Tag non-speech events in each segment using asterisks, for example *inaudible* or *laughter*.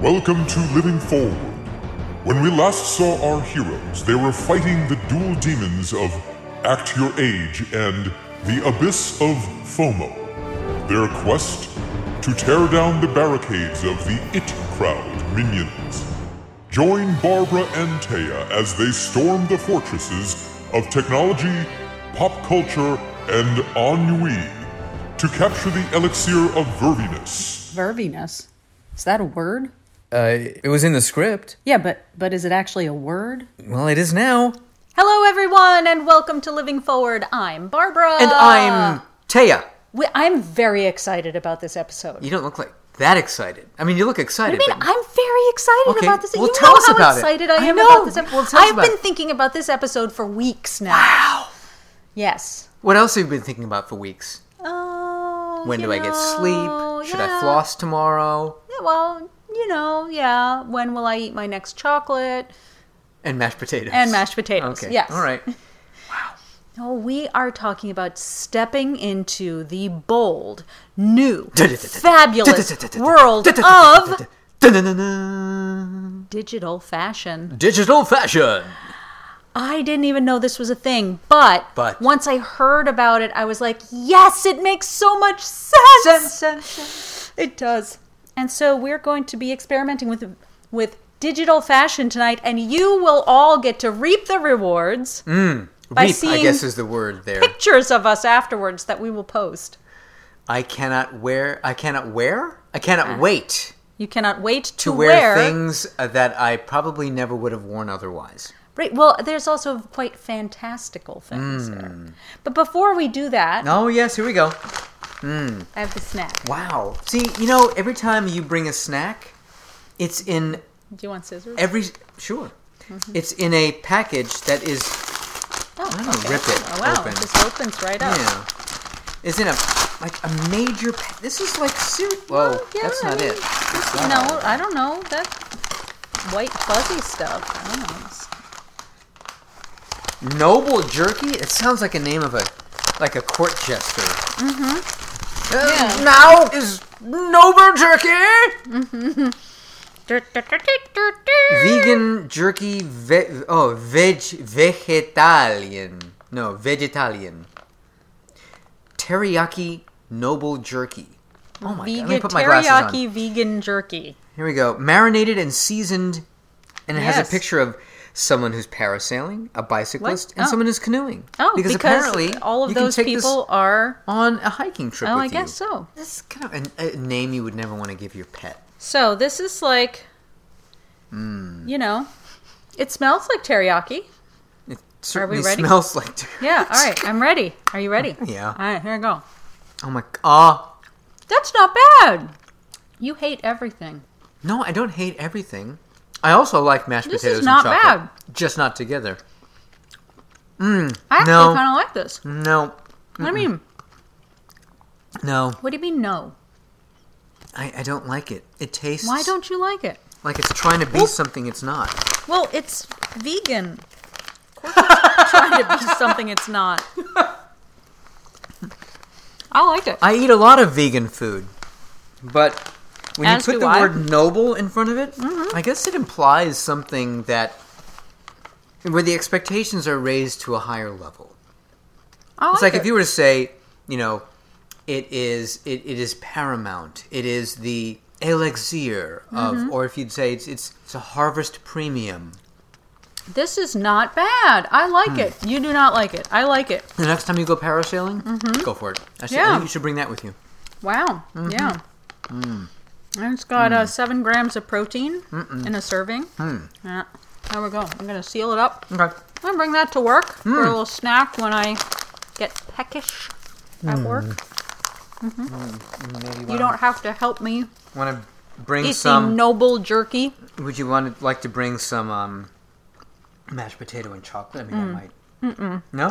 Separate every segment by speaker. Speaker 1: Welcome to Living Forward. When we last saw our heroes, they were fighting the dual demons of Act Your Age and the Abyss of FOMO. Their quest to tear down the barricades of the It Crowd minions. Join Barbara and Taya as they storm the fortresses of technology, pop culture, and ennui to capture the elixir of verviness.
Speaker 2: Verviness. Is that a word?
Speaker 3: Uh, it was in the script.
Speaker 2: Yeah, but but is it actually a word?
Speaker 3: Well, it is now.
Speaker 4: Hello, everyone, and welcome to Living Forward. I'm Barbara.
Speaker 3: And
Speaker 4: Ah.
Speaker 3: I'm Taya.
Speaker 4: We- I'm very excited about this episode.
Speaker 3: You don't look like that excited. I mean, you look excited.
Speaker 4: I mean,
Speaker 3: but-
Speaker 4: I'm very excited
Speaker 3: Okay,
Speaker 4: about this.
Speaker 3: well,
Speaker 4: you
Speaker 3: tell
Speaker 4: know
Speaker 3: us
Speaker 4: how
Speaker 3: about it.
Speaker 4: excited I
Speaker 3: I
Speaker 4: am
Speaker 3: know.
Speaker 4: about this episode.
Speaker 3: Well, tell us
Speaker 4: I've
Speaker 3: about
Speaker 4: been
Speaker 3: it.
Speaker 4: thinking about this episode for weeks now. Wow. Yes.
Speaker 3: what else have you been thinking about for weeks?
Speaker 4: Oh.
Speaker 3: When
Speaker 4: you
Speaker 3: do I get
Speaker 4: know,
Speaker 3: sleep? Should I
Speaker 4: yeah.
Speaker 3: floss tomorrow?
Speaker 4: Yeah, Well, you know, yeah. When will I eat my next chocolate
Speaker 3: And mashed potatoes.
Speaker 4: and mashed potatoes?
Speaker 3: Okay.
Speaker 4: Yes.
Speaker 3: All right.
Speaker 4: No, we are talking about stepping into the bold,
Speaker 3: *laughs*
Speaker 4: new, fabulous world of digital fashion.
Speaker 3: digital fashion.
Speaker 4: I didn't even know this was a thing, but,
Speaker 3: But-
Speaker 4: once I heard about it, I was like, yes, it makes so much sense. It does. And so we're going to be experimenting with with digital fashion tonight, and you will all get to reap the rewards
Speaker 3: Mm.
Speaker 4: by
Speaker 3: Reap, I
Speaker 4: seeing
Speaker 3: guess, is the word there.
Speaker 4: pictures of us afterwards that we will post.
Speaker 3: I cannot wear. I cannot wear. I cannot wait
Speaker 4: You cannot wait Uh, to,
Speaker 3: to wear, things uh, that I probably never would have worn otherwise.
Speaker 4: Right. Well, there's also quite fantastical things there.
Speaker 3: Mm.
Speaker 4: But before we do that,
Speaker 3: Oh yes, here we go.
Speaker 4: I have the snack.
Speaker 3: Wow. See, you know, every time you bring a snack, it's in
Speaker 4: Do you want scissors?
Speaker 3: every sure. It's in a package that is
Speaker 4: oh,
Speaker 3: I'm gonna rip it
Speaker 4: Oh, wow.
Speaker 3: open.
Speaker 4: It just opens right up.
Speaker 3: yeah, is in a like a major. Pa- this is like serious. Whoa,
Speaker 4: Well, yeah,
Speaker 3: that's
Speaker 4: I
Speaker 3: not
Speaker 4: mean,
Speaker 3: it.
Speaker 4: this- No, I don't know. That white fuzzy stuff. I don't know. It's-
Speaker 3: Noble jerky. It sounds like a name of a like a court jester. Mm-hmm.
Speaker 4: Yeah.
Speaker 3: Now is noble jerky. Vegan jerky. Ve- oh, veg vegetalian. No, vegetalian. Teriyaki noble jerky. Oh my god! Let me
Speaker 4: Vegan
Speaker 3: put my glasses on.
Speaker 4: teriyaki vegan jerky.
Speaker 3: Here we go. Marinated and seasoned, and it has
Speaker 4: Yes.
Speaker 3: a picture of someone who's parasailing, a bicyclist, and
Speaker 4: Oh.
Speaker 3: someone who's canoeing.
Speaker 4: Oh, because,
Speaker 3: apparently
Speaker 4: all of
Speaker 3: you can
Speaker 4: those
Speaker 3: take this
Speaker 4: people are.
Speaker 3: on a hiking trip.
Speaker 4: Oh,
Speaker 3: with
Speaker 4: I guess
Speaker 3: you.
Speaker 4: so.
Speaker 3: This is kind of a, a name you would never want to give your pet.
Speaker 4: So this is like,
Speaker 3: Mm.
Speaker 4: you know, it smells like teriyaki.
Speaker 3: It certainly
Speaker 4: ready?
Speaker 3: smells like.
Speaker 4: Yeah. All right. I'm ready. Are you ready?
Speaker 3: *laughs* Yeah.
Speaker 4: All right. Here I go.
Speaker 3: Oh my. Ah.
Speaker 4: That's not bad. You hate everything.
Speaker 3: no, I don't hate everything. I also like mashed
Speaker 4: This is
Speaker 3: potatoes
Speaker 4: not
Speaker 3: and chocolate, just not together.
Speaker 4: I actually
Speaker 3: No.
Speaker 4: kind of like this.
Speaker 3: No,
Speaker 4: I mean,
Speaker 3: no,
Speaker 4: what do you mean no?
Speaker 3: I, I don't like it. It tastes
Speaker 4: Why don't you like it?
Speaker 3: like it's trying to be something it's not.
Speaker 4: Well, it's
Speaker 3: *laughs*
Speaker 4: vegan. Of course it's trying to be something it's not. I like it.
Speaker 3: I eat a lot of vegan food, but when
Speaker 4: As
Speaker 3: you put
Speaker 4: do
Speaker 3: the
Speaker 4: I. Mm-hmm.
Speaker 3: word noble in front of it, I guess it implies something that where the expectations are raised to a higher level.
Speaker 4: I like
Speaker 3: It's like
Speaker 4: it.
Speaker 3: if you were to say, you know, it is it, it is paramount. It is the elixir of,
Speaker 4: Mm-hmm.
Speaker 3: or if you'd say it's it's, it's a harvest premium.
Speaker 4: This is not bad. I like
Speaker 3: Hmm.
Speaker 4: it. You do not like it. I like it.
Speaker 3: The next time you go parasailing, go for it. I, should, I
Speaker 4: Mm-hmm. Yeah.
Speaker 3: think you should bring that with you.
Speaker 4: Wow.
Speaker 3: Mm-hmm.
Speaker 4: Yeah.
Speaker 3: Mm.
Speaker 4: And it's got uh, seven grams of protein in a serving.
Speaker 3: Mm.
Speaker 4: Yeah. There we go. I'm gonna seal it up.
Speaker 3: Okay.
Speaker 4: I'm gonna bring that to work for
Speaker 3: Mm.
Speaker 4: a little snack when I get peckish at
Speaker 3: Mm.
Speaker 4: work.
Speaker 3: Maybe
Speaker 4: You don't have to help me
Speaker 3: want to bring
Speaker 4: eat
Speaker 3: some
Speaker 4: the noble jerky.
Speaker 3: Would you want to like to bring some um, mashed potato and chocolate? I mean, I might. Mm-mm. No.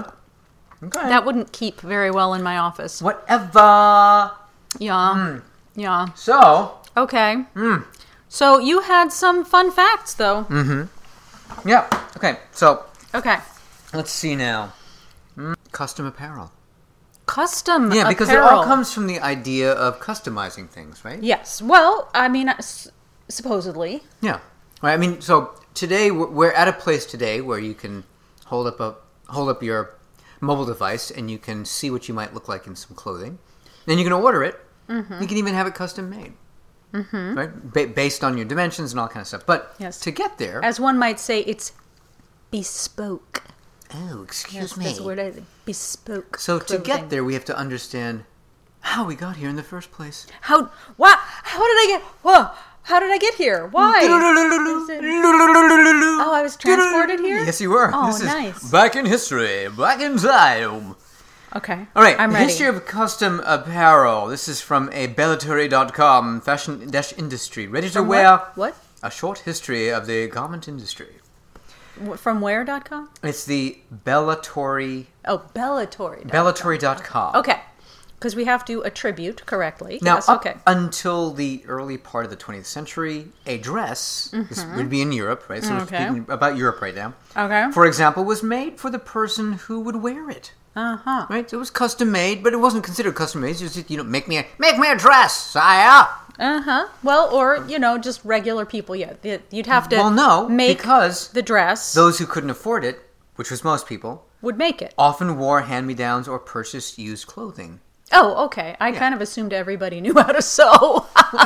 Speaker 3: Okay.
Speaker 4: Mm. That wouldn't keep very well in my office.
Speaker 3: Whatever.
Speaker 4: Yeah.
Speaker 3: Mm.
Speaker 4: Yeah.
Speaker 3: So
Speaker 4: Okay.
Speaker 3: Mm.
Speaker 4: So you had some fun facts, though.
Speaker 3: yeah. Okay. So
Speaker 4: Okay.
Speaker 3: let's see now. Mm, Custom apparel.
Speaker 4: Custom.
Speaker 3: Yeah, because it
Speaker 4: apparel.
Speaker 3: all comes from the idea of customizing things, right?
Speaker 4: Yes. Well, I mean, s- supposedly.
Speaker 3: Yeah. Right. I mean, so today we're we're at a place today where you can hold up a hold up your mobile device and you can see what you might look like in some clothing. Then you can order it.
Speaker 4: Mm-hmm.
Speaker 3: You can even have it custom made. Mm-hmm. Right. Ba- based on your dimensions and all kind of stuff. But
Speaker 4: Yes.
Speaker 3: to get there,
Speaker 4: As one might say, it's bespoke.
Speaker 3: oh, excuse
Speaker 4: Yes,
Speaker 3: me.
Speaker 4: That's the word I think. Bespoke.
Speaker 3: So to
Speaker 4: clothing.
Speaker 3: get there, we have to understand how we got here in the first place.
Speaker 4: How? What? How did I get? Whoa! How did I get here?
Speaker 3: *laughs*
Speaker 4: Why?
Speaker 3: Oh,
Speaker 4: I was transported here?
Speaker 3: Yes, you were.
Speaker 4: Oh,
Speaker 3: This is
Speaker 4: nice.
Speaker 3: Back in history, back in time.
Speaker 4: Okay.
Speaker 3: All right,
Speaker 4: I'm
Speaker 3: the
Speaker 4: ready.
Speaker 3: history of custom apparel. This is from a bellatory.com fashion dash industry. Ready to
Speaker 4: From
Speaker 3: wear
Speaker 4: what? What?
Speaker 3: a short history of the garment industry.
Speaker 4: Wh- From where? Dot com.
Speaker 3: It's the bellatory
Speaker 4: Oh, Bellatory.
Speaker 3: bellatory.com.
Speaker 4: Okay. Because we have to attribute correctly.
Speaker 3: Now,
Speaker 4: yes,
Speaker 3: up
Speaker 4: okay.
Speaker 3: until the early part of the 20th century, a dress, this would be in Europe, right? So
Speaker 4: Okay.
Speaker 3: we're speaking about Europe right now.
Speaker 4: Okay.
Speaker 3: For example, was made for the person who would wear it.
Speaker 4: Uh huh.
Speaker 3: Right? So it was custom made, but it wasn't considered custom made. It was just, you know, make me a, make me a dress, sire.
Speaker 4: Uh huh. Well, or you know, just regular people. Yeah, th- you'd have to.
Speaker 3: Well, no,
Speaker 4: make
Speaker 3: because
Speaker 4: the dress
Speaker 3: Those who couldn't afford it, which was most people,
Speaker 4: would make it.
Speaker 3: often wore hand-me-downs or purchased used clothing.
Speaker 4: Oh, okay. I kind of assumed everybody knew how to sew. *laughs*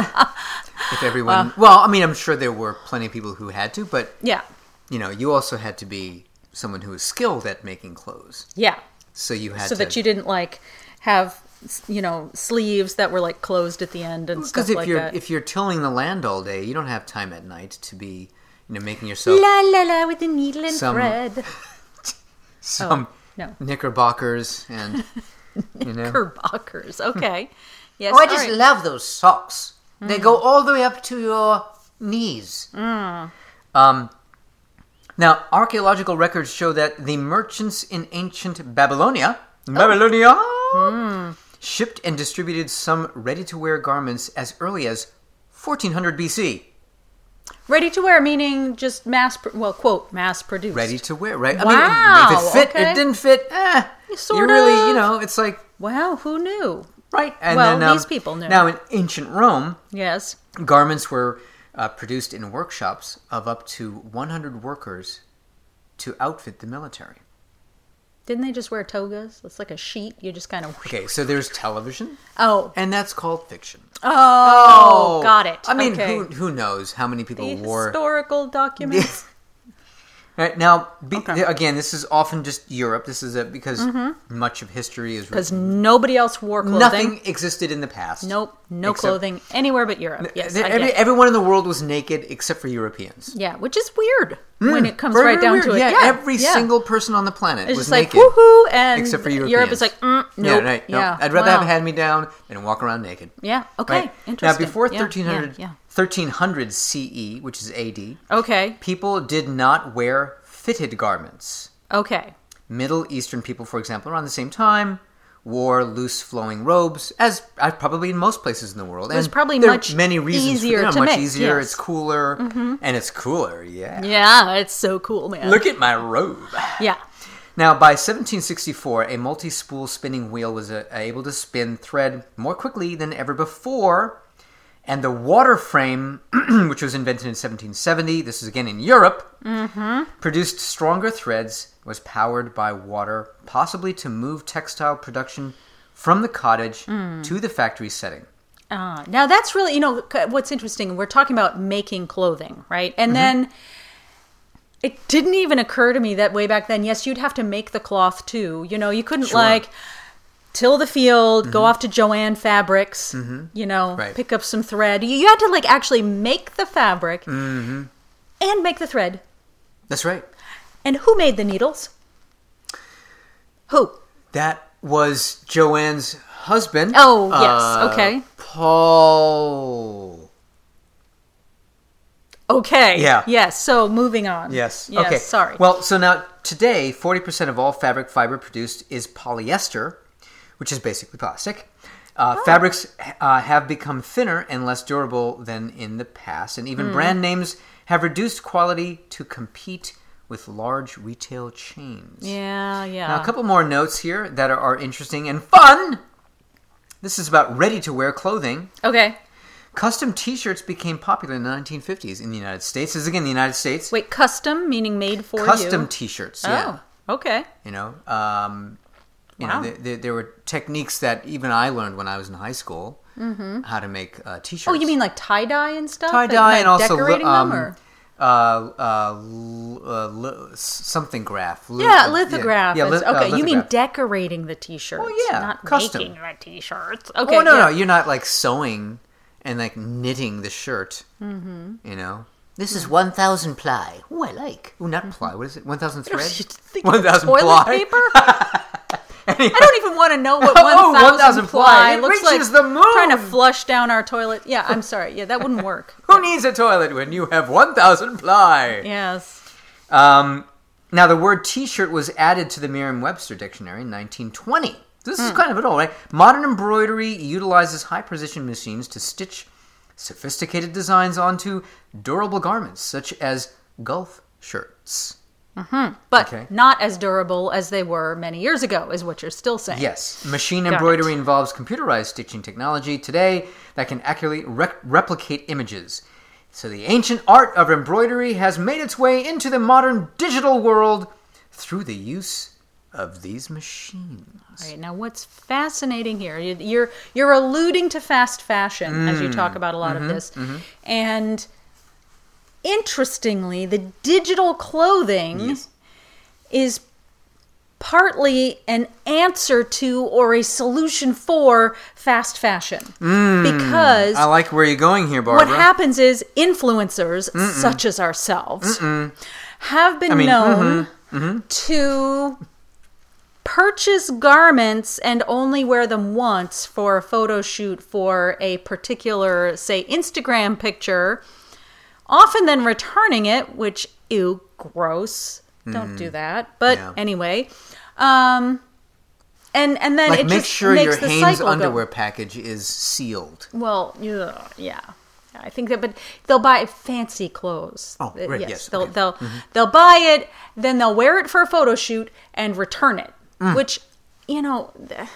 Speaker 3: If *gasps* everyone, well, I mean, I'm sure there were plenty of people who had to, but
Speaker 4: yeah.
Speaker 3: you know, you also had to be someone who was skilled at making clothes.
Speaker 4: Yeah.
Speaker 3: So you had
Speaker 4: so
Speaker 3: to,
Speaker 4: that you didn't like have s- you know sleeves that were like closed at the end and stuff
Speaker 3: because if
Speaker 4: like
Speaker 3: you're
Speaker 4: that.
Speaker 3: if you're tilling the land all day, you don't have time at night to be you know making yourself
Speaker 4: la la la with the needle and
Speaker 3: Some- *laughs*
Speaker 4: thread. Oh,
Speaker 3: some
Speaker 4: no.
Speaker 3: knickerbockers
Speaker 4: *laughs*
Speaker 3: and you know. *laughs*
Speaker 4: Knickerbockers. Okay. Yes.
Speaker 3: Oh,
Speaker 4: all
Speaker 3: I just
Speaker 4: right.
Speaker 3: love those socks. They
Speaker 4: Mm.
Speaker 3: go all the way up to your knees. Um, now, archaeological records show that the merchants in ancient Babylonia,
Speaker 4: Oh.
Speaker 3: Babylonia,
Speaker 4: Mm.
Speaker 3: shipped and distributed some ready-to-wear garments as early as 1400 BC.
Speaker 4: ready to wear, meaning just mass. Pro- well, quote mass produced.
Speaker 3: Ready to wear, right? I mean,
Speaker 4: Wow,
Speaker 3: if it fit,
Speaker 4: okay.
Speaker 3: it didn't fit. Eh, you
Speaker 4: Sort
Speaker 3: really, you
Speaker 4: of.
Speaker 3: know, it's like
Speaker 4: Wow. Who knew?
Speaker 3: right. And
Speaker 4: Well,
Speaker 3: then, um,
Speaker 4: these people knew.
Speaker 3: Now, in ancient Rome,
Speaker 4: Yes.
Speaker 3: garments were uh, produced in workshops of up to 100 workers to outfit the military.
Speaker 4: Didn't they just wear togas? It's like a sheet. You just kind of.
Speaker 3: Okay, so there's television,
Speaker 4: Oh.
Speaker 3: and that's called fiction.
Speaker 4: Oh. Got it.
Speaker 3: I mean,
Speaker 4: okay.
Speaker 3: who, who knows how many people
Speaker 4: The *laughs*
Speaker 3: wore?
Speaker 4: historical documents.
Speaker 3: Right, now, be, again, this is often just Europe. This is a, because much of history is
Speaker 4: Mm-hmm. Because nobody else wore clothing.
Speaker 3: nothing existed in the past.
Speaker 4: Nope, no
Speaker 3: Except-
Speaker 4: clothing anywhere but Europe. Yes,
Speaker 3: There-
Speaker 4: I
Speaker 3: every-
Speaker 4: get it.
Speaker 3: everyone in the world was naked except for Europeans.
Speaker 4: yeah, which is weird when it comes
Speaker 3: Mm, Very,
Speaker 4: right down
Speaker 3: very
Speaker 4: to it.
Speaker 3: weird.
Speaker 4: Yeah,
Speaker 3: Yeah, every
Speaker 4: yeah.
Speaker 3: single person on the planet
Speaker 4: it's
Speaker 3: was
Speaker 4: just like
Speaker 3: naked.
Speaker 4: woohoo, and
Speaker 3: except for Europeans.
Speaker 4: Europe is like mm, nope,
Speaker 3: Yeah, right. No,
Speaker 4: yeah.
Speaker 3: I'd rather
Speaker 4: wow.
Speaker 3: have a hand me down than walk around naked.
Speaker 4: Yeah. Okay.
Speaker 3: Right?
Speaker 4: Interesting.
Speaker 3: Now, before
Speaker 4: Yeah, yeah,
Speaker 3: 1300,
Speaker 4: yeah. Oh.
Speaker 3: 1300 CE, E, which is AD,
Speaker 4: Okay.
Speaker 3: people did not wear fitted garments.
Speaker 4: Okay.
Speaker 3: Middle Eastern people, for example, around the same time, wore loose flowing robes, as uh, probably in most places in the world. There's
Speaker 4: probably much
Speaker 3: many reasons
Speaker 4: easier
Speaker 3: for that.
Speaker 4: to
Speaker 3: much
Speaker 4: make,
Speaker 3: easier.
Speaker 4: yes. Mm-hmm.
Speaker 3: It's cooler, and it's cooler. Yeah.
Speaker 4: Yeah, it's so cool, man.
Speaker 3: Look at my robe.
Speaker 4: Yeah.
Speaker 3: Now, by 1764, a multi spool spinning wheel was uh, able to spin thread more quickly than ever before, and the water frame, *clears throat* which was invented in 1770, this is again in Europe,
Speaker 4: Mm-hmm.
Speaker 3: produced stronger threads, was powered by water, possibly to move textile production from the cottage
Speaker 4: Mm.
Speaker 3: to the factory setting.
Speaker 4: Uh, now that's really you know c- what's interesting. We're talking about making clothing, right? And
Speaker 3: Mm-hmm.
Speaker 4: then it didn't even occur to me that way back then. Yes, you'd have to make the cloth too. You know, you couldn't like till the field, go off to Joanne Fabrics, you know,
Speaker 3: Mm-hmm. Right.
Speaker 4: pick up some thread. You, you had to like actually make the fabric
Speaker 3: Mm-hmm.
Speaker 4: and make the thread.
Speaker 3: That's right.
Speaker 4: And who made the needles? Who?
Speaker 3: That was Joanne's husband. uh,
Speaker 4: Oh, yes, okay.
Speaker 3: Paul.
Speaker 4: Okay.
Speaker 3: Yeah.
Speaker 4: Yes. So moving on.
Speaker 3: Yes.
Speaker 4: Yes.
Speaker 3: okay.
Speaker 4: Sorry.
Speaker 3: Well, so now today, forty percent of all fabric fiber produced is polyester, which is basically plastic. Uh,
Speaker 4: Oh.
Speaker 3: Fabrics uh, have become thinner and less durable than in the past, and
Speaker 4: Hmm.
Speaker 3: even brand names have reduced quality to compete with large retail chains.
Speaker 4: yeah. Yeah.
Speaker 3: Now, a couple more notes here that are, are interesting and fun. This is about ready-to-wear clothing
Speaker 4: okay.
Speaker 3: Custom T-shirts became popular in the 1950s in the United States. This is again the United States.
Speaker 4: Wait, custom meaning made for
Speaker 3: custom
Speaker 4: you.
Speaker 3: T-shirts.
Speaker 4: Oh,
Speaker 3: Yeah,
Speaker 4: okay.
Speaker 3: you know, um, you
Speaker 4: Wow.
Speaker 3: know, th- th- there were techniques that even I learned when I was in high school how to make uh, T-shirts.
Speaker 4: Mm-hmm. Oh, you mean like tie dye and stuff?
Speaker 3: tie dye and
Speaker 4: like
Speaker 3: also
Speaker 4: decorating
Speaker 3: um,
Speaker 4: them, or
Speaker 3: uh, uh, l- uh, li- something graph. Li-
Speaker 4: yeah, lithograph.
Speaker 3: Yeah,
Speaker 4: is-
Speaker 3: lith- uh,
Speaker 4: okay, you mean
Speaker 3: lithograph.
Speaker 4: decorating the T-shirts?
Speaker 3: Oh, yeah,
Speaker 4: not
Speaker 3: custom.
Speaker 4: making the T-shirts. Okay,
Speaker 3: oh no,
Speaker 4: yeah.
Speaker 3: no, you're not like sewing and like knitting the shirt. Mm-hmm. You know, this is one thousand ply. Ooh, I like. Ooh, not ply. What is it? One thousand thread.
Speaker 4: Mm-hmm. You think
Speaker 3: *laughs* One
Speaker 4: it's
Speaker 3: thousand
Speaker 4: toilet
Speaker 3: ply.
Speaker 4: paper? I
Speaker 3: *laughs*
Speaker 4: don't even want to know what
Speaker 3: Oh,
Speaker 4: 1,000
Speaker 3: 1,000 ply.
Speaker 4: ply
Speaker 3: It
Speaker 4: looks
Speaker 3: reaches
Speaker 4: like.
Speaker 3: the moon.
Speaker 4: Trying to flush down our toilet. Yeah, I'm sorry. Yeah, that wouldn't
Speaker 3: *laughs*
Speaker 4: work.
Speaker 3: Who needs a toilet when you have one thousand ply?
Speaker 4: Yes.
Speaker 3: Um, now, the word T-shirt was added to the Merriam-Webster dictionary in 1920. This is kind of it all, right? Modern embroidery utilizes high-precision machines to stitch sophisticated designs onto durable garments, such as golf shirts.
Speaker 4: But
Speaker 3: Okay.
Speaker 4: not as durable as they were many years ago, is what you're still saying.
Speaker 3: Yes, machine
Speaker 4: it.
Speaker 3: embroidery involves computerized stitching technology today that can accurately re- replicate images. So the ancient art of embroidery has made its way into the modern digital world through the use of these machines.
Speaker 4: All right, now what's fascinating here? you- You're you're alluding to fast fashion as you talk about a lot of this, and interestingly, the digital clothing is partly an answer to or a solution for fast fashion because
Speaker 3: I like where you're going here, Barbara.
Speaker 4: what happens is influencers such as ourselves have been
Speaker 3: mean, mm-hmm.
Speaker 4: known to purchase garments and only wear them once for a photo shoot for a particular say Instagram picture often then returning it which ew gross don't do that but
Speaker 3: Mm. Yeah.
Speaker 4: anyway um and and then
Speaker 3: Like,
Speaker 4: it
Speaker 3: make
Speaker 4: just
Speaker 3: sure
Speaker 4: makes
Speaker 3: your
Speaker 4: the
Speaker 3: Hanes
Speaker 4: cycle go-
Speaker 3: underwear package is sealed.
Speaker 4: well, yeah, yeah. I think that, but they'll buy fancy clothes.
Speaker 3: Oh,
Speaker 4: Uh,
Speaker 3: right, yes,
Speaker 4: they'll
Speaker 3: okay. Mm-hmm.
Speaker 4: they'll they'll buy it, then they'll wear it for a photo shoot and return it.
Speaker 3: Mm.
Speaker 4: Which, you know, th-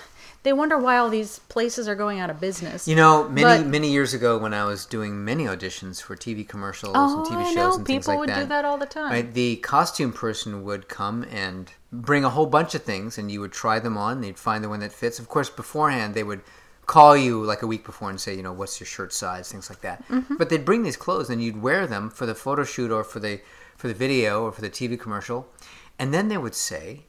Speaker 4: they wonder why all these places are going out of business.
Speaker 3: You know, many
Speaker 4: But-
Speaker 3: many years ago, when I was doing many auditions for TV commercials
Speaker 4: Oh,
Speaker 3: and TV
Speaker 4: I
Speaker 3: shows
Speaker 4: know.
Speaker 3: and things
Speaker 4: People
Speaker 3: like
Speaker 4: would do
Speaker 3: that,
Speaker 4: that all the time.
Speaker 3: Right, the costume person would come and bring a whole bunch of things, and you would try them on. They'd find the one that fits. Of course, beforehand, they would call you like a week before and say, you know, what's your shirt size, things like that.
Speaker 4: Mm-hmm.
Speaker 3: But they'd bring these clothes, and you'd wear them for the photo shoot or for the for the video or for the TV commercial, and then they would say,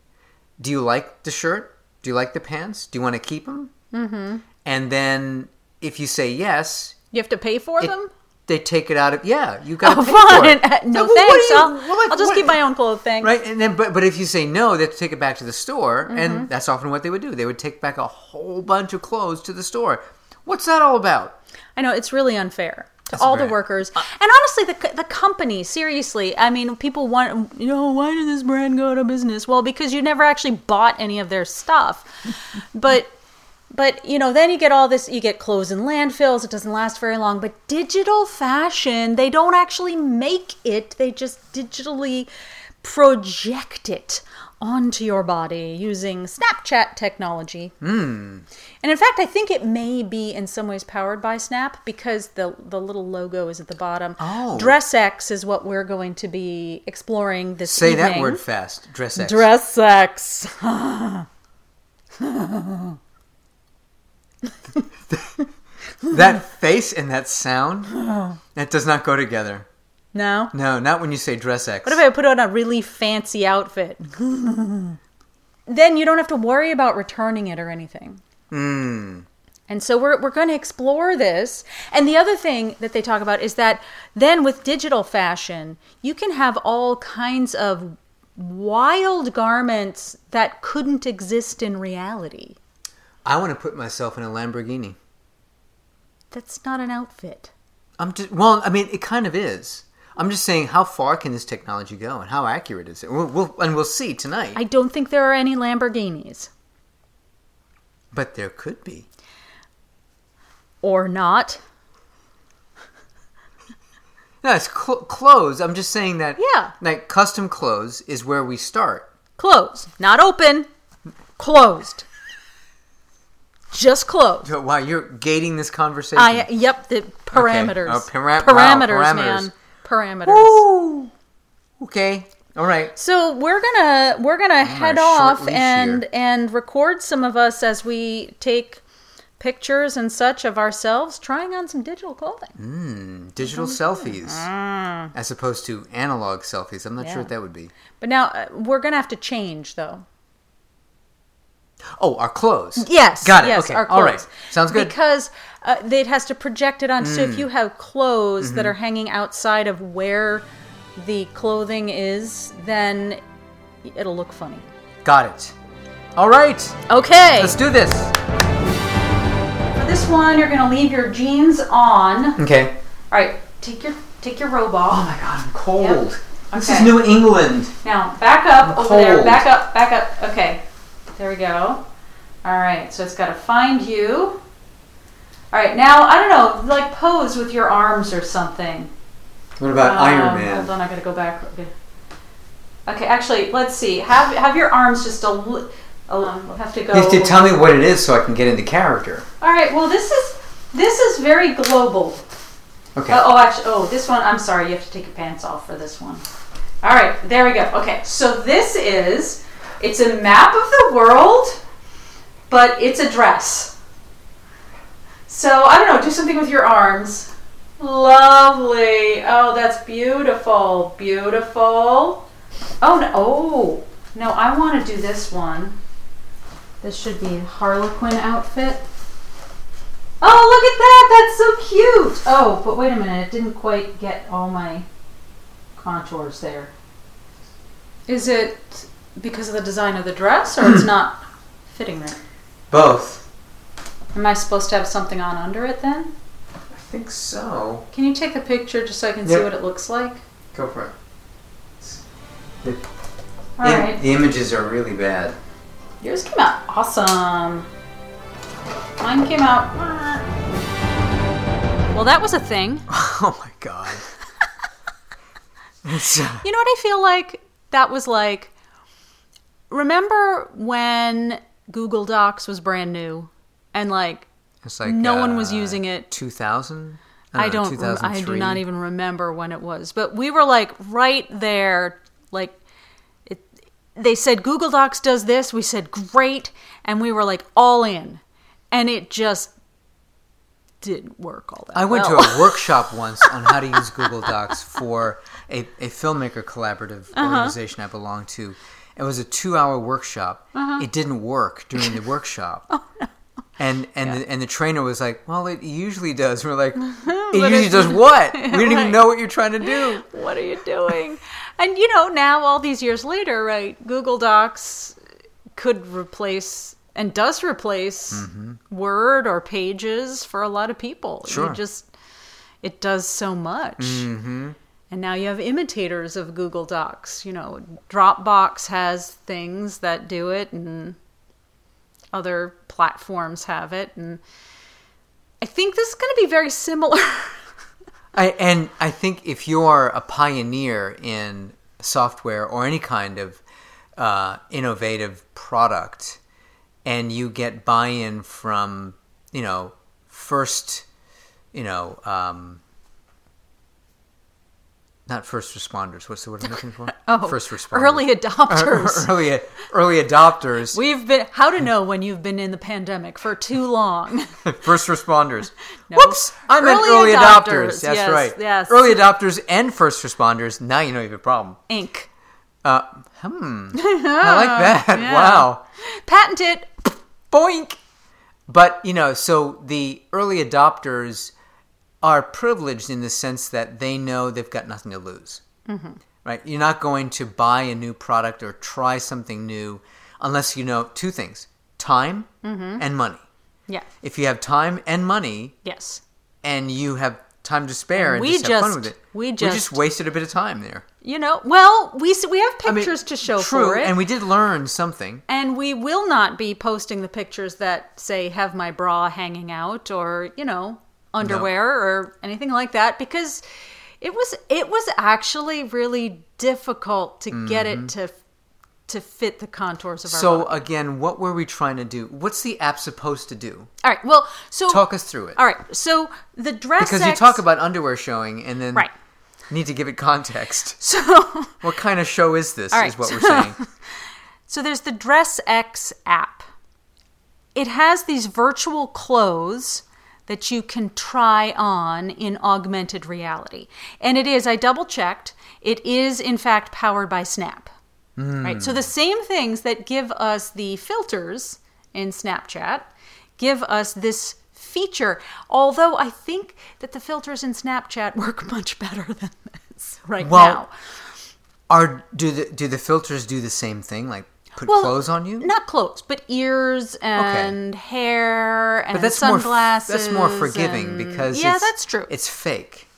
Speaker 3: "Do you like the shirt? Do you like the pants? Do you want to keep them?"
Speaker 4: Mm-hmm.
Speaker 3: And then if you say yes,
Speaker 4: you have to pay for
Speaker 3: it-
Speaker 4: them.
Speaker 3: they take it out of yeah.
Speaker 4: *laughs*
Speaker 3: You got to
Speaker 4: Oh,
Speaker 3: *laughs* pay for it.
Speaker 4: fine. *laughs* no
Speaker 3: Like, well, what
Speaker 4: thanks.
Speaker 3: do you-
Speaker 4: I'll,
Speaker 3: well, like,
Speaker 4: I'll just
Speaker 3: what-
Speaker 4: keep my own clothes. Thanks.
Speaker 3: Right, and then but but if you say no, they have to take it back to the store,
Speaker 4: Mm-hmm.
Speaker 3: and that's often what they would do. They would take back a whole bunch of clothes to the store. What's that all about?
Speaker 4: I know it's really unfair to
Speaker 3: That's
Speaker 4: all
Speaker 3: very-
Speaker 4: the workers, and honestly, the co- the company. Seriously, I mean, people want you know why did this brand go out of business? Well, because you never actually bought any of their stuff, but. But you know, then you get all this. You get clothes in landfills. It doesn't last very long. But digital fashion, they don't actually make it. They just digitally project it onto your body using Snapchat technology.
Speaker 3: Hmm.
Speaker 4: And in fact, I think it may be in some ways powered by Snap because the the little logo is at the bottom.
Speaker 3: Oh.
Speaker 4: Dress X is what we're going to be exploring this
Speaker 3: Say
Speaker 4: evening.
Speaker 3: that word fast. Dress X.
Speaker 4: Dress X. *laughs*
Speaker 3: That face and
Speaker 4: *sighs*
Speaker 3: that sound
Speaker 4: Oh.
Speaker 3: that does not go together.
Speaker 4: No. What
Speaker 3: No, not when you say dress X.
Speaker 4: if I put on a really fancy outfit? then you don't have to worry about returning it or anything. And so we're, we're going to explore this. And the other thing that they talk about is that then with digital fashion, you can have all kinds of wild garments that couldn't exist in reality.
Speaker 3: I want to put myself in a Lamborghini.
Speaker 4: That's not an outfit.
Speaker 3: I'm just well. I mean, it kind of is. I'm just saying, how far can this technology go, and how accurate is it? We'll, we'll, and we'll see tonight.
Speaker 4: I don't think there are any Lamborghinis.
Speaker 3: but there could be.
Speaker 4: Or not.
Speaker 3: No, it's cl- clothes. I'm just saying that.
Speaker 4: Yeah.
Speaker 3: Like custom clothes is where we start.
Speaker 4: Closed. Not open. Closed. Just closed.
Speaker 3: So, wow, you're gating this conversation.
Speaker 4: I, yep, the parameters.
Speaker 3: Oh, para- wow,
Speaker 4: parameters,
Speaker 3: parameters.
Speaker 4: man. Parameters.
Speaker 3: Woo! Okay. All right.
Speaker 4: So we're gonna we're gonna head
Speaker 3: short
Speaker 4: off
Speaker 3: leash
Speaker 4: and
Speaker 3: here.
Speaker 4: and record some of us as we take pictures and such of ourselves trying on some digital
Speaker 3: Mm.
Speaker 4: clothing. Mm-hmm.
Speaker 3: Digital selfies as opposed to analog selfies. I'm not sure what that would be.
Speaker 4: But now uh, we're gonna have to change though.
Speaker 3: Oh, our clothes.
Speaker 4: Yes.
Speaker 3: Got it.
Speaker 4: Yes,
Speaker 3: okay.
Speaker 4: our
Speaker 3: All right.
Speaker 4: clothes.
Speaker 3: Sounds good. Mm.
Speaker 4: Because uh, it has to project it on. So if you have clothes
Speaker 3: Mm-hmm.
Speaker 4: that are hanging outside of where the clothing is, then it'll look funny.
Speaker 3: Got it. All right.
Speaker 4: Okay.
Speaker 3: Let's do this.
Speaker 4: For this one, you're gonna leave your jeans on. All
Speaker 3: Okay.
Speaker 4: right. Take your take your robe off.
Speaker 3: Oh my god, I'm cold. This is
Speaker 4: Okay.
Speaker 3: New England.
Speaker 4: Now back up over
Speaker 3: cold.
Speaker 4: there. Back up. Back up. Okay. There we go. All right. So it's got to find you. All right. Now I don't know. Like pose with your arms or something.
Speaker 3: What about Iron
Speaker 4: Um,
Speaker 3: Man?
Speaker 4: Hold on. I gotta go back. Okay. Okay. Actually, let's see. Have have your arms just a. Li- a li- we'll have to go.
Speaker 3: You have to tell me what it is so I can get into character.
Speaker 4: All right. Well, this is this is very global.
Speaker 3: Okay.
Speaker 4: Oh, oh, actually, oh, this one, I'm sorry, you have to take your pants off for this one. All right, there we go. Okay, so this is, it's a map of the world, but it's a dress. So, I don't know, do something with your arms. Lovely. Oh, that's beautiful. Beautiful. Oh, no. Oh, no, I want to do this one. This should be Harlequin outfit. Oh, look at that! That's so cute! Oh, but wait a minute, it didn't quite get all my contours there. Is it because of the design of the dress, or *clears throat* it's not fitting right?
Speaker 3: Both.
Speaker 4: Am I supposed to have something on under it then?
Speaker 3: I think so.
Speaker 4: Can you take the picture just so I can see
Speaker 3: Yep.
Speaker 4: what it looks like?
Speaker 3: Go for it.
Speaker 4: Alright.
Speaker 3: The images are really bad.
Speaker 4: Yours came out awesome. Mine came out. Well, that was a thing.
Speaker 3: *laughs* Oh my god. It's,
Speaker 4: *laughs*
Speaker 3: uh,
Speaker 4: You know what I feel like? That was like. Remember when Google Docs was brand new and like
Speaker 3: it's like uh,
Speaker 4: no one was using it?
Speaker 3: 2000.
Speaker 4: I don't. rem- I do not even remember when it was, but we were like right there. Like it, they said Google Docs does this. We said great, and we were like all in, and it just didn't work all that.
Speaker 3: I went
Speaker 4: well.
Speaker 3: to
Speaker 4: *laughs*
Speaker 3: a workshop once on how to use Google Docs for a, a filmmaker collaborative
Speaker 4: Uh-huh.
Speaker 3: organization I belong to. It was a two-hour workshop.
Speaker 4: Uh-huh.
Speaker 3: It didn't work
Speaker 4: *laughs*
Speaker 3: during the workshop.
Speaker 4: Oh,
Speaker 3: And and the, and the trainer was like, "Well, it usually does."
Speaker 4: *laughs*
Speaker 3: We're like, "It usually does what? We didn't even
Speaker 4: Right.
Speaker 3: know what you're trying to
Speaker 4: *laughs*
Speaker 3: do."
Speaker 4: what are you doing? and you know, now all these years later, right? Google Docs could replace and does replace Word or Pages for a lot of people.
Speaker 3: Mm-hmm. Sure.
Speaker 4: You just it does so much. Mm-hmm. And now you have imitators of Google Docs. You know, Dropbox has things that do it, and other platforms have it. And I think this is going to be very similar.
Speaker 3: I, and I think if you are a pioneer in software or any kind of uh, innovative product, and you get buy-in from you know first, you know, um, not first responders. What's the word I'm looking for?
Speaker 4: *laughs* Oh,
Speaker 3: first responders. *laughs*
Speaker 4: early adopters.
Speaker 3: early, early adopters.
Speaker 4: We've been how to know when you've been in the pandemic for too
Speaker 3: *laughs*
Speaker 4: long.
Speaker 3: *laughs* First responders.
Speaker 4: *laughs* No.
Speaker 3: Whoops! I meant early
Speaker 4: Early
Speaker 3: adopters.
Speaker 4: adopters.
Speaker 3: That's
Speaker 4: Yes,
Speaker 3: right.
Speaker 4: yes.
Speaker 3: Early adopters and first responders. Now you know you have a problem.
Speaker 4: Inc.
Speaker 3: Uh, hmm.
Speaker 4: *laughs*
Speaker 3: I like that. Wow.
Speaker 4: Patent it.
Speaker 3: Boink. But, you know, so the early adopters are privileged in the sense that they know they've got nothing to lose.
Speaker 4: Mm-hmm.
Speaker 3: Right? You're not going to buy a new product or try something new unless you know two things time
Speaker 4: Mm-hmm.
Speaker 3: and money.
Speaker 4: Yeah.
Speaker 3: If you have time and money
Speaker 4: Yes.
Speaker 3: and you have time to spare and
Speaker 4: We
Speaker 3: just have fun
Speaker 4: just-
Speaker 3: with it,
Speaker 4: we
Speaker 3: we just
Speaker 4: just-
Speaker 3: wasted a bit of time there.
Speaker 4: You know. Well, we s- we have
Speaker 3: I mean,
Speaker 4: pictures to show
Speaker 3: true,
Speaker 4: for it,
Speaker 3: And we did learn something.
Speaker 4: and we will not be posting the pictures that say have my bra hanging out or you know underwear or anything like that because it was it was actually really difficult to get it to to fit the contours of our
Speaker 3: Mm-hmm. So
Speaker 4: body.
Speaker 3: again, what were we trying to do? What's the app supposed to do?
Speaker 4: All right. Well, so
Speaker 3: Talk us through it.
Speaker 4: All right. So the dress
Speaker 3: Because
Speaker 4: X-
Speaker 3: you talk about underwear showing and then
Speaker 4: Right.
Speaker 3: need to give it context.
Speaker 4: *laughs* so
Speaker 3: What kind of show is this?
Speaker 4: All right,
Speaker 3: Is what we're
Speaker 4: so-
Speaker 3: saying.
Speaker 4: *laughs* So there's the Dress X app. It has these virtual clothes that you can try on in augmented reality. And it is, I double checked, it is in fact powered by Snap. Right? So the same things that give us the filters in Snapchat give us this feature. Although I think that the filters in Snapchat *laughs* work much better than this right
Speaker 3: Well,
Speaker 4: now.
Speaker 3: Are do the do the filters do the same thing? Like put clothes on you?
Speaker 4: Not clothes, but ears and hair and
Speaker 3: But that's
Speaker 4: sunglasses.
Speaker 3: more that's more forgiving
Speaker 4: and-
Speaker 3: because
Speaker 4: yeah,
Speaker 3: it's,
Speaker 4: that's true.
Speaker 3: It's fake.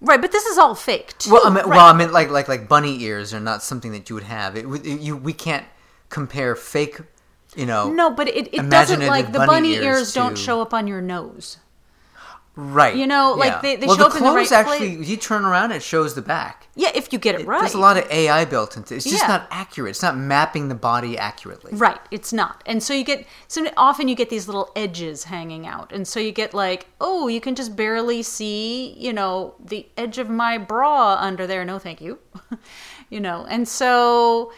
Speaker 4: right, but this is all fake too.
Speaker 3: Well, I mean,
Speaker 4: right.
Speaker 3: well, I mean, like like like bunny ears are not something that you would have. It, would- you we can't compare fake, you know.
Speaker 4: no, but it, it doesn't
Speaker 3: imaginative
Speaker 4: like the
Speaker 3: bunny
Speaker 4: bunny
Speaker 3: ears
Speaker 4: ears, don't
Speaker 3: to-
Speaker 4: show up on your nose.
Speaker 3: right?
Speaker 4: you know, like,
Speaker 3: yeah.
Speaker 4: they- they
Speaker 3: well,
Speaker 4: show
Speaker 3: the
Speaker 4: up in the
Speaker 3: clothes
Speaker 4: right
Speaker 3: actually. You turn around, it shows the back.
Speaker 4: Yeah, if you get it, right.
Speaker 3: There's a lot of AI built into it. It's just
Speaker 4: Yeah.
Speaker 3: not accurate. It's not mapping the body accurately.
Speaker 4: Right, it's not. And so you get so often you get these little edges hanging out. And so you get like, oh, you can just barely see, you know, the edge of my bra under there. No, thank you. *laughs* you know. And so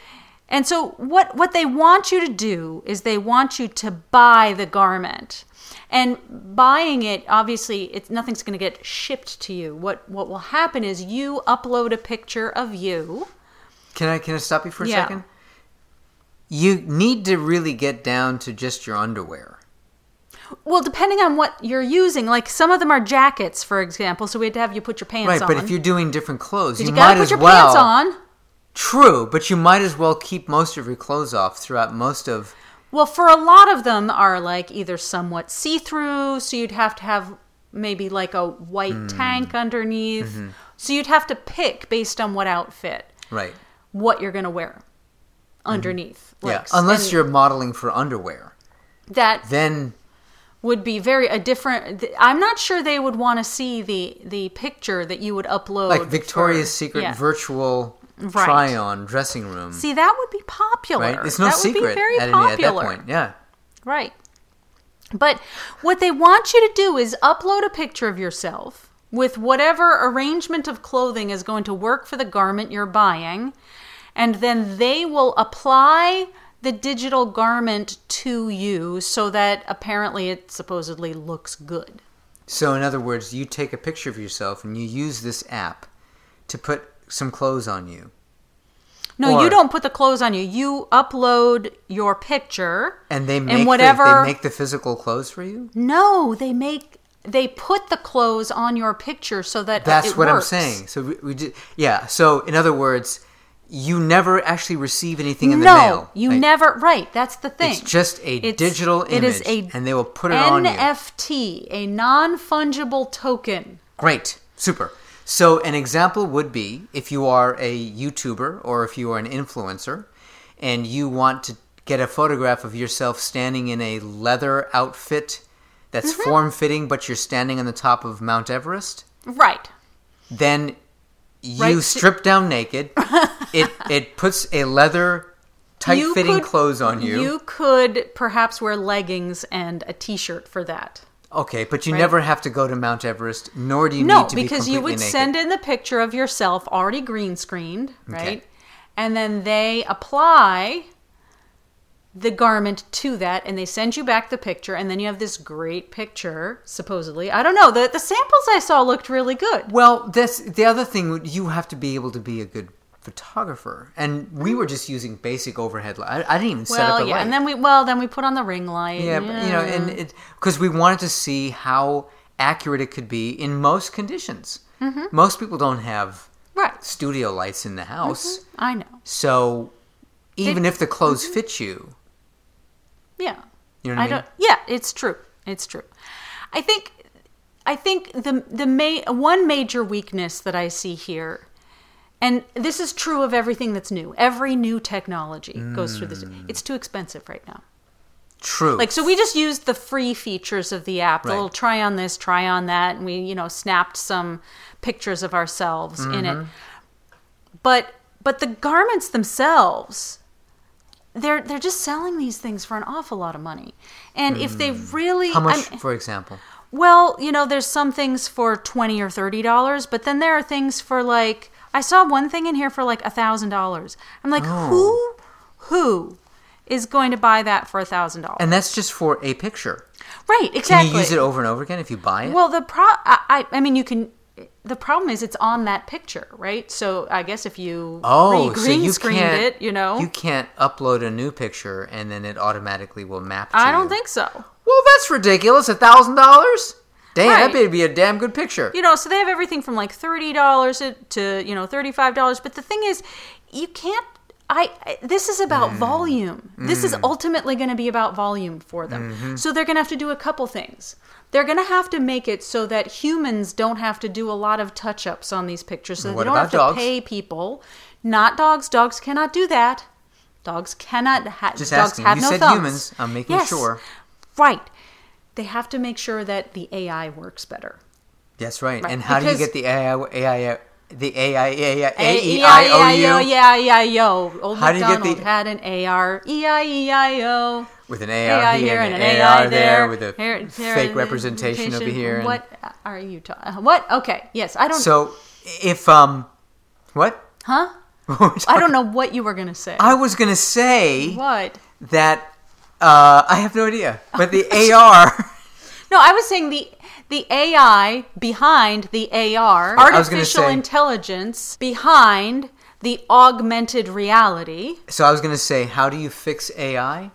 Speaker 4: and so what what they want you to do is they want you to buy the garment. And buying it, obviously, it's nothing's going to get shipped to you. What what will happen is you upload a picture of you.
Speaker 3: Can I can I stop you for a
Speaker 4: Yeah.
Speaker 3: second? You need to really get down to just your underwear.
Speaker 4: Well, depending on what you're using, like some of them are jackets, for example. So we had to have you put your pants
Speaker 3: Right,
Speaker 4: on.
Speaker 3: but if you're doing different clothes,
Speaker 4: you,
Speaker 3: you, might
Speaker 4: gotta put
Speaker 3: as
Speaker 4: your
Speaker 3: well.
Speaker 4: pants on.
Speaker 3: True, but you might as well keep most of your clothes off throughout most of.
Speaker 4: Well, for a lot of them are like either somewhat see-through, so you'd have to have maybe like a white
Speaker 3: Hmm.
Speaker 4: tank underneath.
Speaker 3: Mm-hmm.
Speaker 4: So you'd have to pick based on what outfit
Speaker 3: Right.
Speaker 4: what you're gonna wear underneath.
Speaker 3: Mm-hmm. Yeah.
Speaker 4: Like,
Speaker 3: Unless
Speaker 4: and
Speaker 3: you're modeling for underwear,
Speaker 4: that
Speaker 3: then
Speaker 4: would be very a different. th- I'm not sure they would want to see the the picture that you would upload.
Speaker 3: like
Speaker 4: for-
Speaker 3: Victoria's Secret
Speaker 4: yeah.
Speaker 3: virtual
Speaker 4: Right.
Speaker 3: try-on dressing room.
Speaker 4: See, that would be popular.
Speaker 3: right. It's no
Speaker 4: that
Speaker 3: secret
Speaker 4: Would be very
Speaker 3: at, any-
Speaker 4: popular.
Speaker 3: at that point. Yeah.
Speaker 4: Right. But what they want you to do is upload a picture of yourself with whatever arrangement of clothing is going to work for the garment you're buying, and then they will apply the digital garment to you so that apparently it supposedly looks good.
Speaker 3: So in other words, you take a picture of yourself and you use this app to put some clothes on you.
Speaker 4: No,
Speaker 3: Or-
Speaker 4: you don't put the clothes on you. You upload your picture
Speaker 3: And they make the,
Speaker 4: whatever-
Speaker 3: they make the physical clothes for you.
Speaker 4: No, they make they put the clothes on your picture so that
Speaker 3: That's
Speaker 4: it
Speaker 3: what
Speaker 4: works.
Speaker 3: I'm saying. So we, we did, yeah. So in other words, you never actually receive anything in
Speaker 4: no,
Speaker 3: the mail.
Speaker 4: you
Speaker 3: Like,
Speaker 4: never. Right, that's the thing.
Speaker 3: It's just a digital image,
Speaker 4: It is a
Speaker 3: and they will put it on you.
Speaker 4: NFT, a non fungible token.
Speaker 3: Great, super. So an example would be if you are a YouTuber or if you are an influencer, and you want to get a photograph of yourself standing in a leather outfit that's
Speaker 4: Mm-hmm.
Speaker 3: form fitting, but you're standing on the top of Mount Everest.
Speaker 4: Right.
Speaker 3: then you
Speaker 4: Right to-
Speaker 3: strip
Speaker 4: *laughs*
Speaker 3: down naked. it it puts a leather tight
Speaker 4: You
Speaker 3: fitting
Speaker 4: could-
Speaker 3: clothes on you.
Speaker 4: You could perhaps wear leggings and a t shirt for that.
Speaker 3: Okay, but you never have to go to Mount Everest, nor do you
Speaker 4: No,
Speaker 3: need to be
Speaker 4: because you
Speaker 3: completely
Speaker 4: would
Speaker 3: naked.
Speaker 4: send in the picture of yourself already green screened, right?
Speaker 3: Okay.
Speaker 4: And then they apply the garment to that and they send you back the picture and then you have this great picture supposedly. I don't know, the the samples I saw looked really good.
Speaker 3: Well, that's the other thing. would- You have to be able to be a good photographer, and we were just using basic overhead. Li- I, I didn't even set up a
Speaker 4: well, yeah,
Speaker 3: light.
Speaker 4: and then we well then we put on the ring light.
Speaker 3: yeah, but, you know, and it because we wanted to see how accurate it could be in most conditions.
Speaker 4: Mm-hmm.
Speaker 3: Most people don't have
Speaker 4: right,
Speaker 3: studio lights in the house.
Speaker 4: I know.
Speaker 3: So even if the clothes
Speaker 4: Mm-hmm.
Speaker 3: fit you,
Speaker 4: Yeah.
Speaker 3: You know what I mean?
Speaker 4: don't yeah, it's true. It's true. I think I think the the ma- one major weakness that I see here and this is true of everything that's new. Every new technology goes through this.
Speaker 3: Mm.
Speaker 4: It's too expensive right now.
Speaker 3: true.
Speaker 4: Like so we just used the free features of the app, the
Speaker 3: Right.
Speaker 4: little try on this, try on that, and we, you know, snapped some pictures of
Speaker 3: Mm-hmm.
Speaker 4: ourselves in it. But but the garments themselves they're they're just selling these things for an awful lot of money. And if they really
Speaker 3: Mm. How much,
Speaker 4: I'm-
Speaker 3: for example?
Speaker 4: well, you know, there's some things for twenty or thirty dollars, but then there are things for like I saw one thing in here for like a thousand dollars. I'm like,
Speaker 3: Oh.
Speaker 4: who who is going to buy that for a thousand dollars?
Speaker 3: And that's just for a picture.
Speaker 4: Right,
Speaker 3: Can
Speaker 4: exactly.
Speaker 3: you use it over and over again if you buy it?
Speaker 4: Well, the pro I, I I mean you can the problem is it's on that picture, right? So I guess if you
Speaker 3: oh, so
Speaker 4: green
Speaker 3: you
Speaker 4: screened
Speaker 3: can't,
Speaker 4: it, you know.
Speaker 3: you can't upload a new picture and then it automatically will map. To
Speaker 4: I
Speaker 3: you.
Speaker 4: don't think so.
Speaker 3: Well, that's ridiculous. A thousand dollars? Damn,
Speaker 4: Right.
Speaker 3: that better be a damn good picture.
Speaker 4: You know, so they have everything from like thirty dollars to you know thirty five dollars. But the thing is, you can't. I I- this is about
Speaker 3: Mm.
Speaker 4: volume. This is ultimately going to be about volume for them.
Speaker 3: Mm-hmm.
Speaker 4: So they're going to have to do a couple things. They're going to have to make it so that humans don't have to do a lot of touch ups on these pictures, so that
Speaker 3: What
Speaker 4: they don't
Speaker 3: about
Speaker 4: have to
Speaker 3: dogs?
Speaker 4: pay people. Not dogs. Dogs cannot do that. Dogs cannot. Ha-
Speaker 3: Just
Speaker 4: dogs
Speaker 3: asking.
Speaker 4: have
Speaker 3: you
Speaker 4: no
Speaker 3: said
Speaker 4: thumbs.
Speaker 3: humans. I'm making
Speaker 4: Yes.
Speaker 3: sure.
Speaker 4: Right. They have to make sure that the AI works better.
Speaker 3: That's right.
Speaker 4: Right,
Speaker 3: And how do you
Speaker 4: because-
Speaker 3: get the AI, AI, the AI, E
Speaker 4: A-E-I-O,
Speaker 3: AEIOU
Speaker 4: E yeah, yeah, yo. Old
Speaker 3: How do you get
Speaker 4: MacDonald
Speaker 3: the-
Speaker 4: had an E AR, E-I-E-I-O.
Speaker 3: with an
Speaker 4: AI
Speaker 3: AR
Speaker 4: here
Speaker 3: here
Speaker 4: and an
Speaker 3: AR
Speaker 4: AI
Speaker 3: there
Speaker 4: there.
Speaker 3: with a
Speaker 4: Here- there
Speaker 3: fake
Speaker 4: and
Speaker 3: representation over here. and-
Speaker 4: What are you talking? What? Okay, yes, I don't.
Speaker 3: So if um, what? *laughs*
Speaker 4: huh? I don't know what you were gonna say.
Speaker 3: I was gonna say
Speaker 4: What?
Speaker 3: that uh, *laughs* I have no idea, but
Speaker 4: *laughs*
Speaker 3: the AR.
Speaker 4: No, I was saying the the AI behind the AR,
Speaker 3: I was gonna
Speaker 4: artificial
Speaker 3: say-
Speaker 4: intelligence behind the augmented reality.
Speaker 3: *laughs* So I was gonna say, how do you fix AI?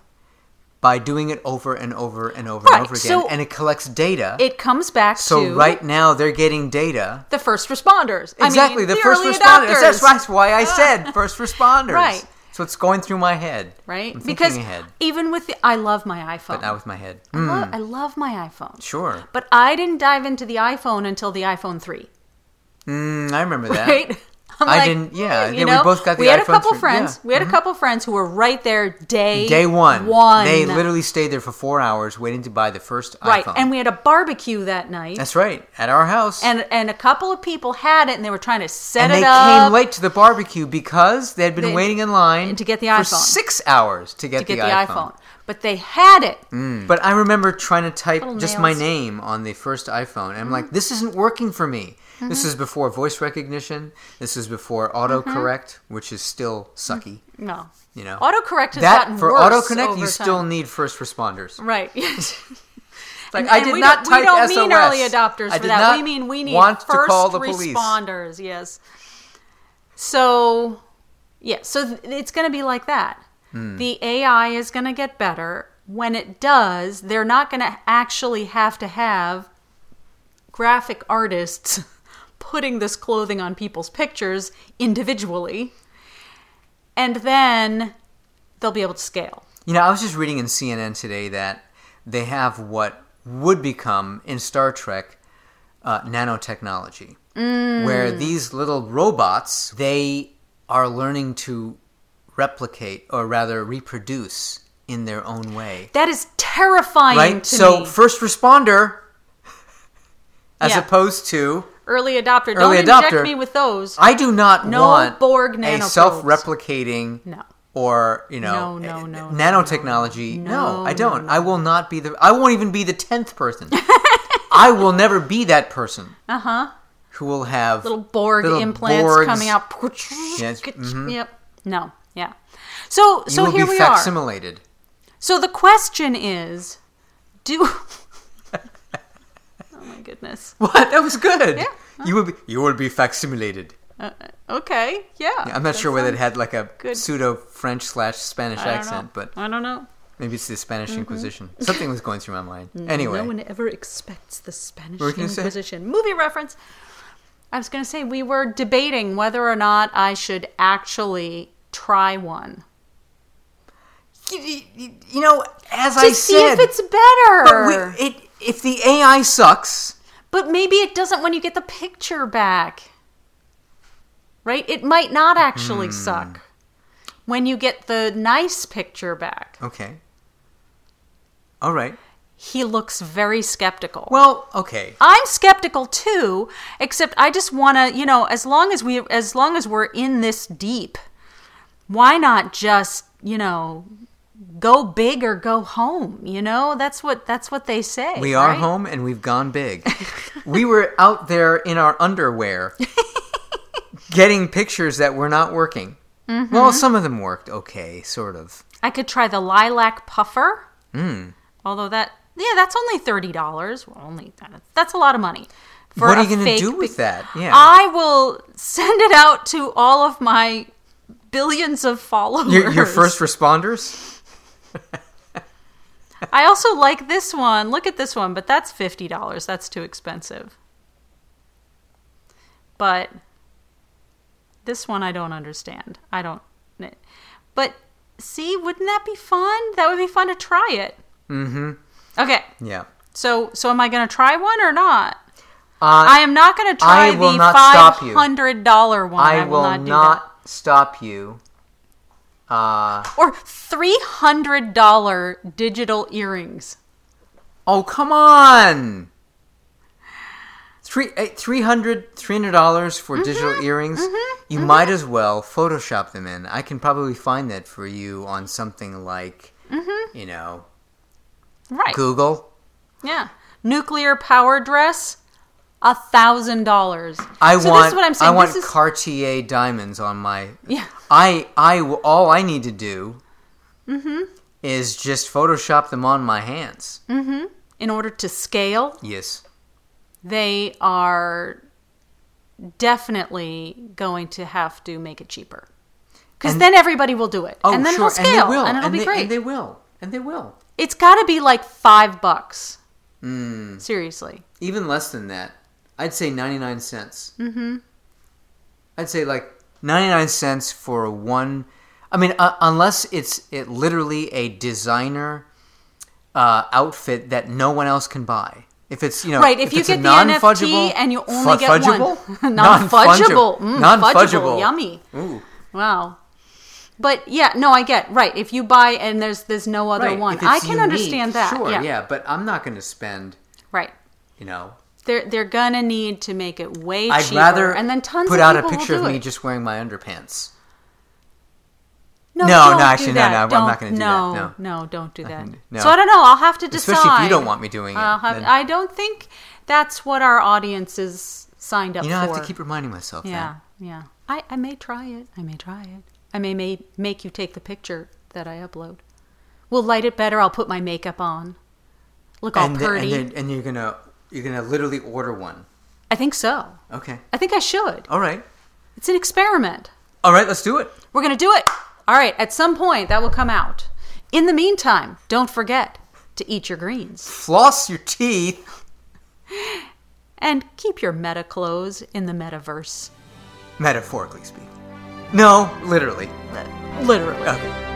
Speaker 3: By doing it over and over and over
Speaker 4: Right,
Speaker 3: and over again,
Speaker 4: so-
Speaker 3: and it collects data.
Speaker 4: It comes back
Speaker 3: so
Speaker 4: to
Speaker 3: right now they're getting data.
Speaker 4: the first responders. I mean,
Speaker 3: Exactly, the first
Speaker 4: early
Speaker 3: responders.
Speaker 4: adopters.
Speaker 3: That's, that's why
Speaker 4: *laughs*
Speaker 3: I said first responders.
Speaker 4: Right.
Speaker 3: So it's going through my head.
Speaker 4: right?
Speaker 3: I'm
Speaker 4: because
Speaker 3: thinking ahead,
Speaker 4: even with the, I love my iPhone.
Speaker 3: but not with my head. Hmm,
Speaker 4: I, lo- I love my iPhone.
Speaker 3: Sure.
Speaker 4: But I didn't dive into the iPhone until the iPhone three,
Speaker 3: Mm, I remember
Speaker 4: *laughs*
Speaker 3: that.
Speaker 4: right? I'm
Speaker 3: I didn't- yeah,
Speaker 4: you
Speaker 3: yeah, we
Speaker 4: know,
Speaker 3: both got the
Speaker 4: We had a
Speaker 3: iPhone
Speaker 4: couple
Speaker 3: 3,
Speaker 4: friends.
Speaker 3: yeah. Mm-hmm.
Speaker 4: We had a couple friends who were right there day
Speaker 3: *laughs* Day one,
Speaker 4: One.
Speaker 3: They literally stayed there for four hours waiting to buy the first
Speaker 4: right,
Speaker 3: iPhone.
Speaker 4: and we had a barbecue that night.
Speaker 3: that's right at our house.
Speaker 4: and and a couple of people had it, and they were trying to set
Speaker 3: And
Speaker 4: it
Speaker 3: they
Speaker 4: up.
Speaker 3: came late to the barbecue because they had been
Speaker 4: They-
Speaker 3: waiting in line
Speaker 4: to get the
Speaker 3: for
Speaker 4: iPhone.
Speaker 3: six hours to get,
Speaker 4: to get
Speaker 3: the,
Speaker 4: the
Speaker 3: iPhone. Mm.
Speaker 4: iPhone, but they had it.
Speaker 3: But I remember trying to type
Speaker 4: Little
Speaker 3: just my
Speaker 4: nails. Mm-hmm.
Speaker 3: name on the first iPhone. And I'm like, this isn't working for me. This is before voice recognition. This is before autocorrect, which is still sucky.
Speaker 4: No,
Speaker 3: You know,
Speaker 4: Mm-hmm. Autocorrect has
Speaker 3: that
Speaker 4: gotten
Speaker 3: for
Speaker 4: worse
Speaker 3: autoconnect.
Speaker 4: over
Speaker 3: you
Speaker 4: time.
Speaker 3: still need first responders.
Speaker 4: Right. *laughs* Yes.
Speaker 3: Like I did not
Speaker 4: We
Speaker 3: type
Speaker 4: don't
Speaker 3: SOS.
Speaker 4: mean early adopters
Speaker 3: I
Speaker 4: for
Speaker 3: did
Speaker 4: that.
Speaker 3: not
Speaker 4: We mean we need
Speaker 3: want
Speaker 4: first
Speaker 3: to call the police.
Speaker 4: responders. Yes. So, yeah. So th- it's going to be like that.
Speaker 3: Hmm.
Speaker 4: The AI is going to get better. When it does, they're not going to actually have to have graphic artists *laughs* putting this clothing on people's pictures individually, and then they'll be able to scale.
Speaker 3: You know, I was just reading in CNN today that they have what would become in Star Trek uh, nanotechnology, where
Speaker 4: Mm.
Speaker 3: these little robots they are learning to replicate, or rather reproduce, in their own way.
Speaker 4: That is terrifying
Speaker 3: Right.
Speaker 4: to
Speaker 3: So
Speaker 4: me.
Speaker 3: first responder, *laughs* as
Speaker 4: Yeah.
Speaker 3: opposed to
Speaker 4: early adopter. Don't
Speaker 3: Early
Speaker 4: inject
Speaker 3: adopter.
Speaker 4: me with those.
Speaker 3: I do not
Speaker 4: No
Speaker 3: want
Speaker 4: Borg
Speaker 3: a
Speaker 4: nanoprobes.
Speaker 3: self-replicating
Speaker 4: No.
Speaker 3: or you know
Speaker 4: No, no, no,
Speaker 3: eh,
Speaker 4: no,
Speaker 3: nanotechnology. No,
Speaker 4: No,
Speaker 3: I don't.
Speaker 4: no,
Speaker 3: I will not be the. I won't even be the tenth person. *laughs* I will never be that person. Uh huh. Who will have
Speaker 4: Uh-huh. little Borg
Speaker 3: little
Speaker 4: implants
Speaker 3: Borgs.
Speaker 4: coming out.
Speaker 3: Yes, mhm.
Speaker 4: Yep. No. Yeah. So
Speaker 3: You
Speaker 4: so
Speaker 3: will
Speaker 4: here
Speaker 3: be
Speaker 4: we are.
Speaker 3: facsimilated.
Speaker 4: So the question is, do? *laughs* oh my goodness.
Speaker 3: *laughs* What? That was good. You would be. You would be facsimilated.
Speaker 4: Okay. Yeah.
Speaker 3: I'm not sure whether it had like a
Speaker 4: good.
Speaker 3: pseudo French slash Spanish
Speaker 4: I don't
Speaker 3: accent,
Speaker 4: know.
Speaker 3: but
Speaker 4: I don't know.
Speaker 3: maybe it's the Spanish Inquisition. Something was going through my mind.
Speaker 4: *laughs*
Speaker 3: Anyway,
Speaker 4: No one ever expects the Spanish
Speaker 3: were you gonna say?
Speaker 4: Inquisition movie reference. I was going to say we were debating whether or not I should actually try one
Speaker 3: you, you- you know, as
Speaker 4: to
Speaker 3: I
Speaker 4: see
Speaker 3: said,
Speaker 4: if it's better.
Speaker 3: But we, it, if the AI sucks,
Speaker 4: But maybe it doesn't when you get the picture back. Right? It might not actually
Speaker 3: Hmm.
Speaker 4: suck when you get the nice picture back.
Speaker 3: okay. All right.
Speaker 4: He looks very skeptical.
Speaker 3: Well, okay.
Speaker 4: I'm skeptical too, except I just want to, you know, as long as we as long as we're in this deep, why not just you know, go big or go home. You know, that's what that's what they say.
Speaker 3: We are
Speaker 4: right?
Speaker 3: home and we've gone big. we were out there in our
Speaker 4: *laughs*
Speaker 3: underwear getting pictures that were not working.
Speaker 4: Mm-hmm.
Speaker 3: Well, some of them worked okay, sort of.
Speaker 4: I could try the lilac puffer.
Speaker 3: Hmm.
Speaker 4: Although that, yeah, that's only thirty dollars. Well, only that's a lot of money. For
Speaker 3: what are
Speaker 4: a
Speaker 3: you going to
Speaker 4: fake Ah,
Speaker 3: do with
Speaker 4: pic-
Speaker 3: that? Yeah.
Speaker 4: I will send it out to all of my billions of followers.
Speaker 3: your, your first responders?
Speaker 4: I also like this one. Look at this one, but that's fifty dollars. That's too expensive. But this one I don't understand. I don't. But see, wouldn't that be fun? That would be fun to try it. Mm-hmm. Okay.
Speaker 3: Yeah.
Speaker 4: So so am I going to try one or not?
Speaker 3: Uh,
Speaker 4: I am not going to try
Speaker 3: I will
Speaker 4: the
Speaker 3: not
Speaker 4: five
Speaker 3: stop you.
Speaker 4: hundred dollar one. Oh, I,
Speaker 3: I will
Speaker 4: not,
Speaker 3: not,
Speaker 4: do
Speaker 3: stop you. Uh,
Speaker 4: that. Or three hundred dollar digital earrings.
Speaker 3: oh, come on! Three, eh, $300, $300
Speaker 4: Mm-hmm,
Speaker 3: for digital earrings? you might as well Photoshop them in. I can probably find that for you on something like,
Speaker 4: Mm-hmm.
Speaker 3: you know,
Speaker 4: Right.
Speaker 3: Google.
Speaker 4: Yeah. Nuclear power dress, a thousand dollars.
Speaker 3: I
Speaker 4: so
Speaker 3: want,
Speaker 4: this is what I'm saying.
Speaker 3: I want
Speaker 4: this is,
Speaker 3: Cartier diamonds on my
Speaker 4: yeah.
Speaker 3: I I w- all I need to do
Speaker 4: Mm-hmm.
Speaker 3: is just Photoshop them on my hands.
Speaker 4: In order to scale,
Speaker 3: Yes,
Speaker 4: they are definitely going to have to make it cheaper. Because
Speaker 3: And-
Speaker 4: then everybody will do it,
Speaker 3: oh
Speaker 4: and then it'll
Speaker 3: sure, and
Speaker 4: scale,
Speaker 3: they
Speaker 4: and,
Speaker 3: will,
Speaker 4: it'll be
Speaker 3: they,
Speaker 4: great.
Speaker 3: And they will, and they will.
Speaker 4: It's got to be like five bucks.
Speaker 3: Hmm.
Speaker 4: Seriously,
Speaker 3: Even less than that, I'd say ninety nine cents. Mm-hmm. I'd say like ninety nine cents for a one. I mean, uh, unless it's it literally a designer uh, outfit that no one else can buy. If it's you know
Speaker 4: right? If, you
Speaker 3: it's a
Speaker 4: get the NFT
Speaker 3: non-fungible-
Speaker 4: and you only
Speaker 3: Fu-
Speaker 4: get *laughs*
Speaker 3: fungible?
Speaker 4: one, non-fungible,
Speaker 3: Non-fungible.
Speaker 4: Mm,
Speaker 3: Non-fungible.
Speaker 4: fungible, yummy.
Speaker 3: Ooh.
Speaker 4: Wow. But yeah, no, I get right. If you buy and there's there's no other
Speaker 3: Right,
Speaker 4: one,
Speaker 3: if it's
Speaker 4: I can
Speaker 3: unique,
Speaker 4: understand that.
Speaker 3: Sure,
Speaker 4: yeah.
Speaker 3: yeah. but I'm not going to spend,
Speaker 4: right.
Speaker 3: you know.
Speaker 4: They're they're gonna need to make it way
Speaker 3: I'd
Speaker 4: cheaper,
Speaker 3: rather
Speaker 4: and then tons
Speaker 3: put
Speaker 4: of
Speaker 3: out a
Speaker 4: people
Speaker 3: picture
Speaker 4: will
Speaker 3: of
Speaker 4: do
Speaker 3: me
Speaker 4: it.
Speaker 3: just wearing my underpants.
Speaker 4: no,
Speaker 3: No, no,
Speaker 4: don't do
Speaker 3: actually, no,
Speaker 4: that.
Speaker 3: no, I'm
Speaker 4: Don't-
Speaker 3: not gonna do that.
Speaker 4: no,
Speaker 3: No.
Speaker 4: no, don't do that.
Speaker 3: no.
Speaker 4: So I don't know. I'll have to decide.
Speaker 3: Especially if you don't want me doing it.
Speaker 4: I'll have,
Speaker 3: then-
Speaker 4: I don't think that's what our audience is signed up
Speaker 3: you know, I
Speaker 4: for.
Speaker 3: have to keep reminding myself
Speaker 4: yeah, yeah. I, I may try it. I may try it. I may, may make you take the picture that I upload. We'll light it better. I'll put my makeup on. Look
Speaker 3: that.
Speaker 4: all
Speaker 3: And, then-
Speaker 4: pretty.
Speaker 3: and, then, and you're gonna you're gonna literally order one.
Speaker 4: I think so.
Speaker 3: Okay.
Speaker 4: I think I should.
Speaker 3: All right.
Speaker 4: It's an experiment.
Speaker 3: All right. Let's do it.
Speaker 4: We're going to do it. All right, at some point that will come out. In the meantime, don't forget to eat your greens
Speaker 3: Floss your teeth,
Speaker 4: and keep your meta clothes in the metaverse.
Speaker 3: metaphorically speaking. No, literally.
Speaker 4: Literally.
Speaker 3: Okay.